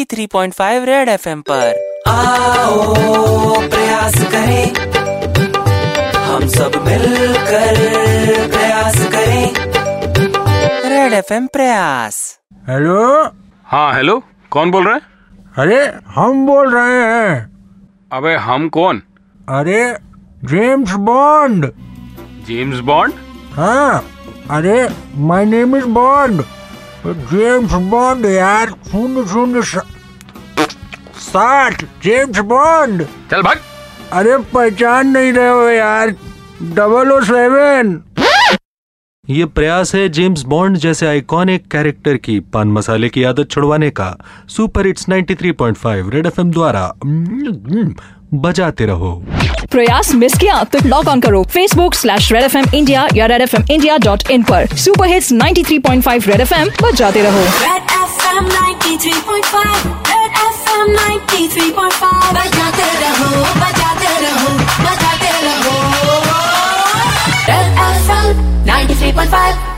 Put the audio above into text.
93.5 Red FM पर आओ प्रयास करें हम सब मिलकर प्रयास करें रेड एफएम प्रयास हेलो हाँ हेलो कौन बोल रहा है अरे हम बोल रहे हैं अबे हम कौन अरे जेम्स बॉन्ड जेम्स बॉन्ड हाँ अरे my name is Bond James Bond तो यार शून्य शून्य सा- साठ जेम्स बॉन्ड चल भाग अरे पहचान नहीं रहे हो यार oh डबल ओ सेवन ये प्रयास है जेम्स बॉन्ड जैसे आइकॉनिक कैरेक्टर की पान मसाले की आदत छुड़वाने का सुपर हिट्स 93.5 रेड एफएम द्वारा म्म, बजाते रहो प्रयास मिस किया तो लॉग ऑन करो Facebook slash Red F M India या Red F M India dot in पर super hits 93.5 Red F M पर जाते रहो Red FM 93.5 Red FM 93.5 बजाते रहो बजाते रहो बजाते रहो Red FM 93.5